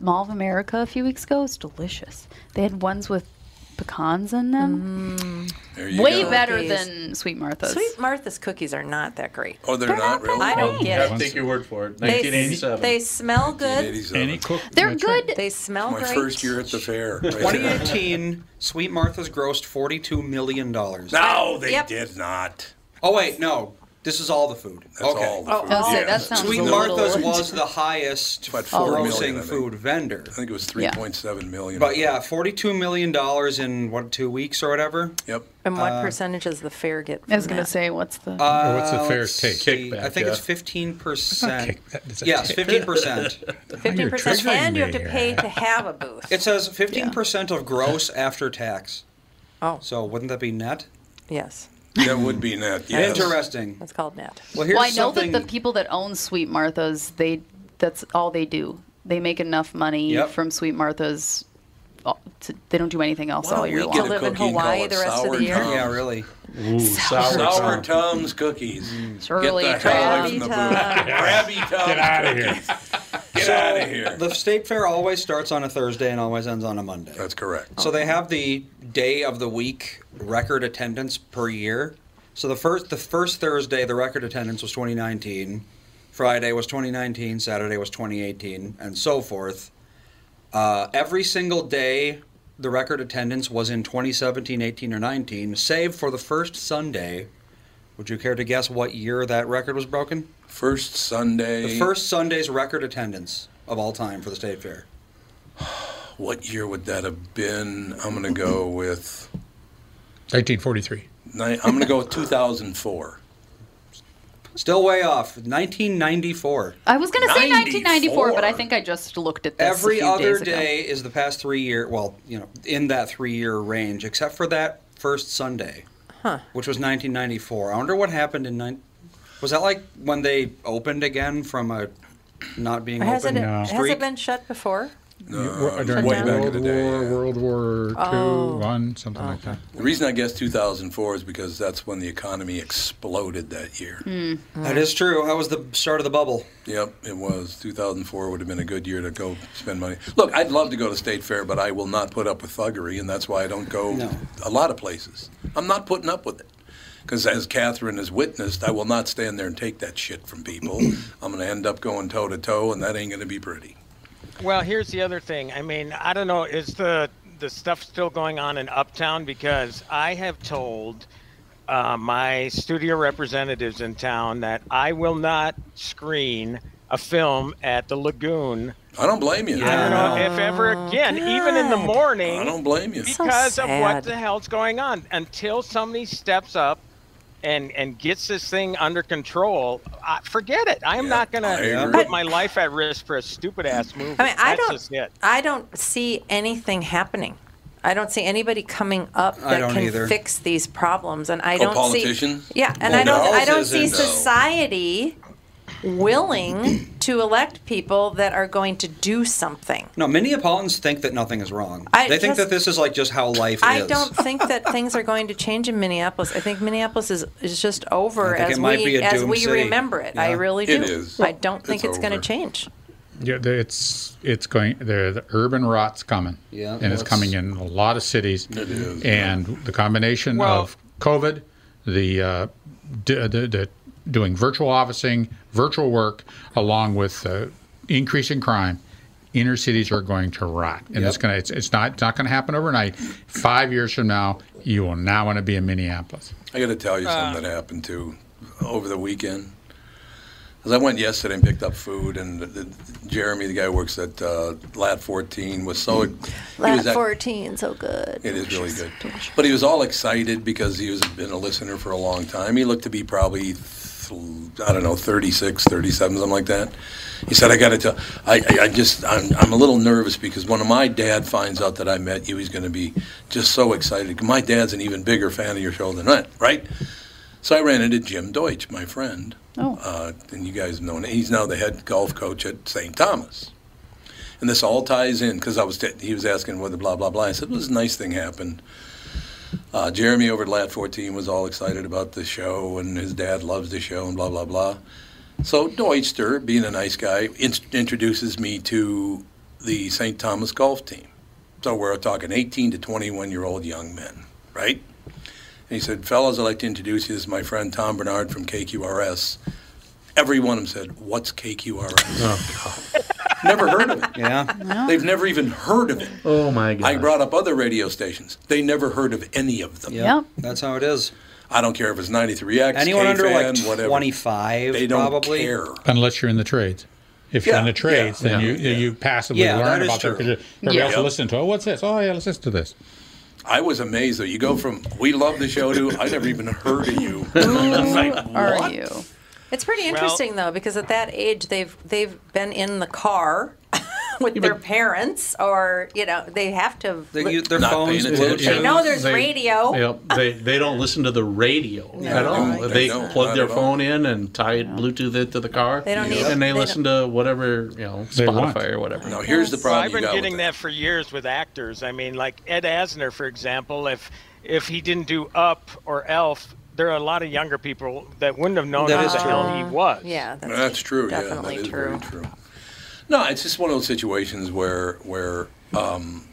Mall of America a few weeks ago. It's delicious. They had ones with pecans in them.
There you
Way
go.
better
Mm-hmm. Cookies.
than Sweet Martha's.
Sweet Martha's cookies are not that great.
Oh, they're, not, real.
I don't get it.
Take your word for it.
They-
1987.
They smell good.
Any
cook?
They're good.
They smell
My
great.
first year at the fair. right there.
2018, Sweet Martha's grossed 42 million dollars.
No, they
Yep.
did not.
Oh wait, no. This is all the food.
That's
okay.
all the Oh, food,
I'll say yeah. that sounds
Sweet
a little-
Martha's was the highest
About four million, I
grossing
think.
food vendor.
I think it was
Yeah.
three point seven million.
But yeah, forty-two million dollars in what two weeks or whatever.
Yep.
And what percentage does the fair get? From
I was gonna
that?
say, what's the?
Uh,
what's the fair's
let's
take?
see.
Kickback,
I think it's
yeah.
fifteen
It's
percent.
not kick- that-
Yes,
it's a
fifteen percent.
fifteen percent,
triggering
and you have
me
to
here.
pay to have a booth.
It says fifteen percent of gross after tax.
Oh.
So wouldn't that be net?
Yes,
That would be net. Yes.
Interesting.
that's called net.
Well, here's
well, I know
something.
that the people that own Sweet Martha's, they that's all they do. They make enough money
Yep.
from Sweet Martha's. all- To, they don't do anything else
Why
all
don't
year
we
long.
get
To live
a
in
cookie and
Hawaii
call it
the rest of
Sour
the year?
Tums.
yeah, really.
Ooh, sour,
Sour
Tom.
Tums cookies.
Mm.
Surely
Get the hell away
Krabby
from the booth.
Tums.
Krabby Tums. Get out of here. Get out of here.
The state fair always starts on a Thursday and always ends on a Monday.
That's correct.
So they have the day of the week record attendance per year. So the first the first Thursday the record attendance was 2019, Friday was 2019, Saturday was 2018, and so forth. Uh, every single day the record attendance was in 2017, 18, or 19, save for the first Sunday. Would you care to guess what year that record was broken?
First Sunday.
The first Sunday's record attendance of all time for the state fair.
What year would that have been? I'm going to go with.
1943.
ni- I'm going to go with 2004.
Still way off. 1994.
I was gonna say 1994, but I
94.
think I just looked at this a
Every
few
other
days ago.
day is the past three year, well, you know, in that three year range, except for that first Sunday, which was 1994. I wonder what happened in nine. Was that like when they opened again from a not being
Or Has it,
open
has
streak?
it been shut before?
Wor- during
Uh, way back
World
in the day,
War,
yeah.
World War Two,
Oh.
One, something like that.
The reason I guess 2004 is because that's when the economy exploded that year.
that is true. That was the start of the bubble.
Yep, it was. 2004 would have been a good year to go spend money. Look, I'd love to go to State Fair, but I will not put up with thuggery, and that's why I don't go
No.
a lot of places. I'm not putting up with it. Because as Catherine has witnessed, I will not stand there and take that shit from people. I'm going to end up going toe to toe, and that ain't going to be pretty.
Well, here's the other thing. I mean, I don't know. Is the the stuff still going on in Uptown? Because I have told uh, my studio representatives in town that I will not screen a film at the Lagoon.
I don't blame you.
I don't know if ever again, even in the
God.
morning.
I don't blame you.
Oh, So
because of
sad.
what the hell's going on. Until somebody steps up and and gets this thing under control, I, forget it. I am
Yeah,
not going
I
to
agree.
put my life at risk for a stupid ass movie.
I mean, I
That's
don't-
Just it.
I don't see anything happening. I don't see anybody coming up
I
that
don't
can
either.
fix these problems, and I
Oh,
don't
politicians?
see. Yeah, and
Well,
I don't.
no.
I don't see
Isn't,
no.
society willing to elect people that are going to do something.
No, Minneapolitans think that nothing is wrong.
I
they think
just-
that this is like just how life
I
is.
don't think that things are going to change in Minneapolis. I think Minneapolis is, is just over
I think
as
it might
we
be a
as
doomed
we
city.
remember it. I
Yeah.
really do.
It is.
I don't
It's
think it's, going to
over.
change.
Yeah, the- it's it's going. The, the urban rot's coming.
Yeah,
and it's
that's-
coming in a lot of cities. It
is,
And the combination
Well-
of COVID, the, uh, d- the the doing virtual officing, virtual work, along with uh, increasing crime, inner cities are going to rot, and it's
Yep.
gonna it's, it's not it's not gonna happen overnight. Five years from now, you will not want to be in Minneapolis.
I got to tell you something that happened too over the weekend. Because I went yesterday and picked up food, and the, the, Jeremy, the guy who works at uh, Lat 14, was so. he
Lat
was act-
fourteen, so good.
It is really good. But he was all excited because he was been a listener for a long time. He looked to be probably, th- I don't know, 36, 37, something like that. He said, I got to tell, I, I, I just, I'm, I'm a little nervous because when my dad finds out that I met you, he's going to be just so excited. My dad's an even bigger fan of your show than that, right? So I ran into Jim Deutsch, my friend.
Oh.
Uh, and you guys know him. He's now the head golf coach at St. Thomas. And this all ties in because I was he was asking whether blah blah blah. I said, "Well, this nice thing happened." Uh, Jeremy over at Lat 14 was all excited about the show, and his dad loves the show, and blah blah blah. So Deutster, being a nice guy, int- introduces me to the St. Thomas golf team. So we're talking 18 to 21 year old young men, right? And he said, Fellas, I'd like to introduce you. This is my friend Tom Bernard from KQRS. Every one of them said, What's KQRS?
Oh.
Never heard of it.
Yeah.
They've never even heard of it.
Oh my god.
I brought up other radio stations. They never heard of any of them.
Yeah, That's how it is.
I don't care if it's 93X,
Anyone under like
K-Fan, whatever.
25,
They don't
probably.
care.
unless you're in the trades. If you're in the trades, then you you passively
Yeah, that
learn
is
about them
true.
because everybody
Yeah.
else
Yep.
listening to. Oh, what's this? Oh, yeah, let's listen to this.
I was amazed though. You go from we love the show to I never even heard of you. It's like, what?
you?
It's pretty interesting though, because at that age they've they've been in the car with their parents, or you know they have to. have
They
li-
use their
Not
phones,
paying attention.
Bluetooth.
They know there's
They-
radio.
Yep. They they don't listen to the radio
No,
at all.
they don't.
They,
They don't,
plug
not
their
at all.
phone in and tie it Bluetooth into the car.
They don't need-
and
they
they
don't-
listen to whatever you know
They want.
Spotify or whatever.
Now here's the
Well,
problem
I've
you
been
got with
getting that
that.
for years with actors. I mean, like Ed Asner, for example, if if he didn't do Up or Elf, there are a lot of younger people that wouldn't have known
That
who
is
the
true.
hell he was.
Yeah,
That's, true.
definitely
yeah, that is
true.
very true. No, it's just one of those situations where where um,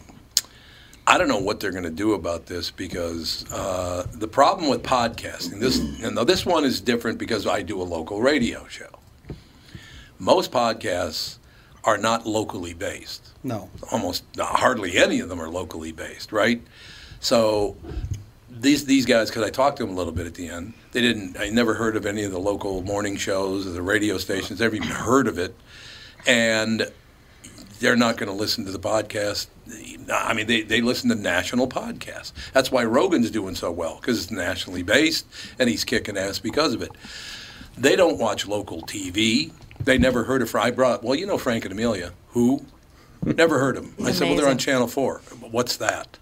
I don't know what they're going to do about this because uh, the problem with podcasting this and now this one is different because I do a local radio show. Most podcasts are not locally based.
No.
Almost hardly any of them are locally based, right? So these these guys, because I talked to them a little bit at the end, they didn't. I never heard of any of the local morning shows or the radio stations. Never even heard of it, and they're not going to listen to the podcast. I mean, they, they listen to national podcasts. That's why Rogan's doing so well because it's nationally based and he's kicking ass because of it. They don't watch local TV. They never heard of. Fr- I brought well, you know Frank and Amelia. Who? Never heard of 'em. I said, well, they're on Channel Four. What's that?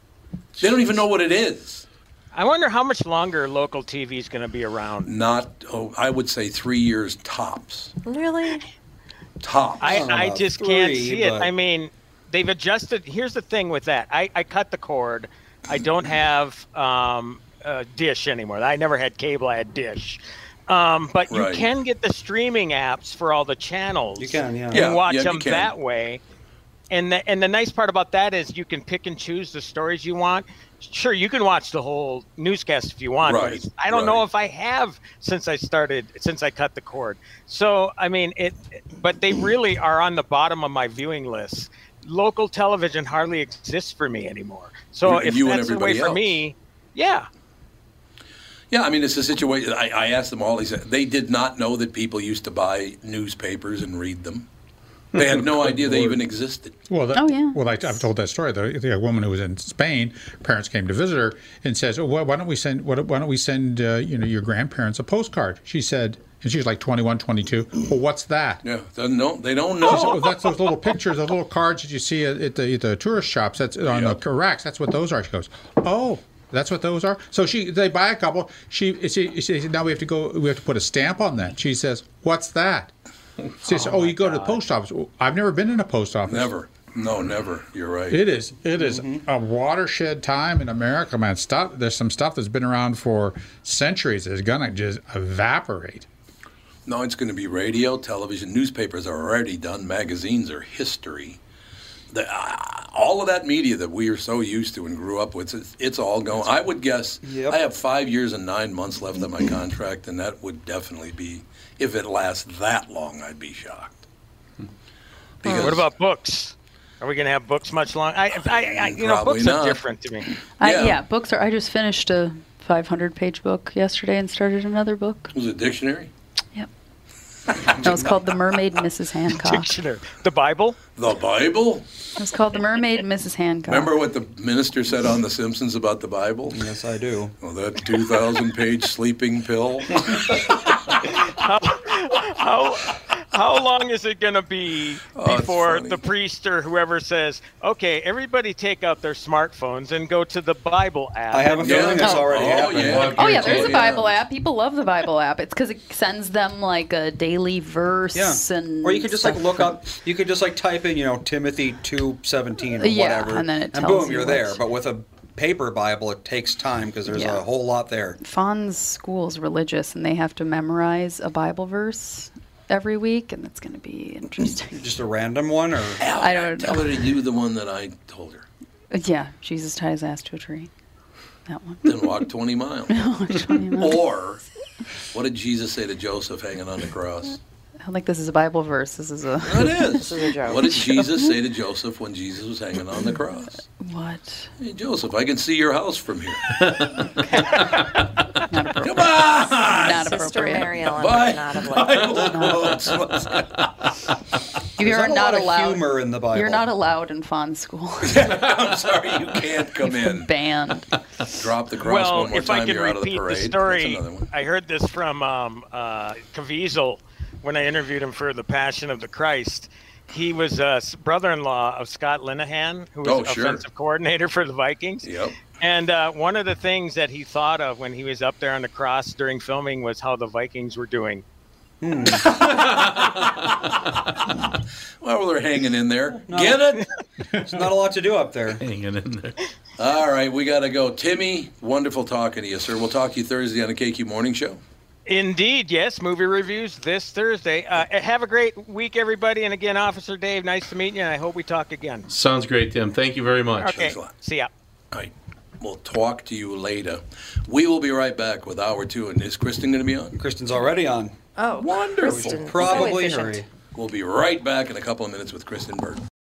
They don't even know what it is.
I wonder how much longer local TV is going to be around.
Not, oh, I would say three years tops.
Really?
Tops.
I, I just can't
three,
see it.
but-
I mean, they've adjusted. Here's the thing with that. I, I cut the cord. I don't have um, uh, dish anymore. I never had cable. I had dish. Um, but you
Right.
can get the streaming apps for all the channels.
You can, yeah.
And
Yeah,
watch
yeah, you
them
can.
that way. And the, and the nice part about that is you can pick and choose the stories you want. Sure, you can watch the whole newscast if you want. but
Right,
it's- I don't know if I have since I started, since I cut the cord. So I mean it, but they really are on the bottom of my viewing list. Local television hardly exists for me anymore. So
You-
if
you and
that's the way
everybody
for me, yeah.
Yeah, I mean, it's a situation. I, I asked them all. They said they did not know that people used to buy newspapers and read them. They had no idea they even existed.
Well, that,
Oh,
yeah. Well, I, I've told that story. The, the woman who was in Spain, parents came to visit her and says, "Oh, well, why don't we send why don't why don't we send uh, you know your grandparents a postcard?" She said, and she was like 21, 22. Well, what's that?
Yeah, they don't, they don't
She said,
Oh.
well,
know.
oh, that's those little pictures, those little cards that you see at, at, the, at the tourist shops. That's on the racks. That's what those are. She goes, "Oh, that's what those are." So she they buy a couple. She she, she said, "Now we have to go. We have to put a stamp on that." She says, "What's that?" She says, "Oh, you go to the post office." "Well, I've never been in a post office.
Never. No, never. You're right.
It is. It is a watershed time in America, man. Stuff. There's some stuff that's been around for centuries. that's gonna just evaporate.
No, it's going to be radio, television, newspapers are already done. Magazines are history. The, uh, all of that media that we are so used to and grew up with, it's, it's all going. I would guess I have five years and nine months left on my contract, and that would definitely be, if it lasts that long, I'd be shocked. Because-
what about books? Are we going to have books much longer? I, I, I you know,
Probably
books
not.
are different to me.
I, yeah, books are. I just finished a 500 page book yesterday and started another book.
Was it a dictionary?
That was called The Mermaid and Mrs. Hancock.
Dictionary. The Bible?
The Bible?
It was called The Mermaid and Mrs. Hancock.
Remember what the minister said on The Simpsons about the Bible?
Yes, I do.
Well, that 2,000 page sleeping pill.
How, how long is it going to be
Oh, it's
before
funny.
the priest or whoever says, "Okay, everybody take out their smartphones and go to the Bible app"?
I have a
and-
feeling that's already happening.
Oh yeah, there's a Bible app. People love the Bible app. It's because it sends them like a daily verse
Yeah.
and
Or you could just like
stuff.
look up. You could just like type in, you know, Timothy two seventeen or
Yeah,
whatever,
and then it
and
tells
boom,
you
you're
what-
there. But with a paper Bible, it takes time because there's
Yeah.
a whole lot there.
Fawn's school's religious, and they have to memorize a Bible verse every week, and that's going to be interesting.
Just a random one, or
I don't
Tell her to do the one that I told her.
Yeah, Jesus tied his ass to a tree. That one.
Then walk 20 miles.
miles.
Or, what did Jesus say to Joseph hanging on the cross?
I don't think this is a Bible verse. This is a.
It is.
this is a joke.
What did Jesus say to Joseph when Jesus was hanging on the cross?
What?
Hey, Joseph, I can see your house from here. Come on!
Not Sister appropriate. Mary Ellen would
Bye.
not have
Bible
liked
quotes.
You
There's
are
not a
not
lot of
allowed.
humor in the Bible.
You're not allowed in Fawn's school.
I'm sorry, you can't come in.
Banned.
Drop the cross
well,
one more
if I
time,
could
you're out of
repeat
the parade.
the
That's
story,
another one.
I heard this from um, uh, Caviezel when I interviewed him for The Passion of the Christ. He was a s- brother-in-law of Scott Linehan, who was
Oh, sure.
offensive coordinator for the Vikings.
Yep.
And uh, one of the things that he thought of when he was up there on the cross during filming was how the Vikings were doing.
Well, they're hanging in there. Get it?
There's not a lot to do up there.
Hanging in there.
All right, we got to go. Timmy, wonderful talking to you, sir. We'll talk to you Thursday on the KQ Morning Show.
Indeed, yes. Movie reviews this Thursday. Uh, have a great week, everybody. And again, Officer Dave, nice to meet you, and I hope we talk again.
Sounds great, Tim. Thank you very much.
Okay, see ya.
All right, we'll talk to you later. We will be right back with hour two. And is Kristen going to be on?
Kristen's already on.
Oh,
wonderful.
Kristen, so
Probably
efficient.
hurry.
We'll be right back in a couple of minutes with Kristen Burton.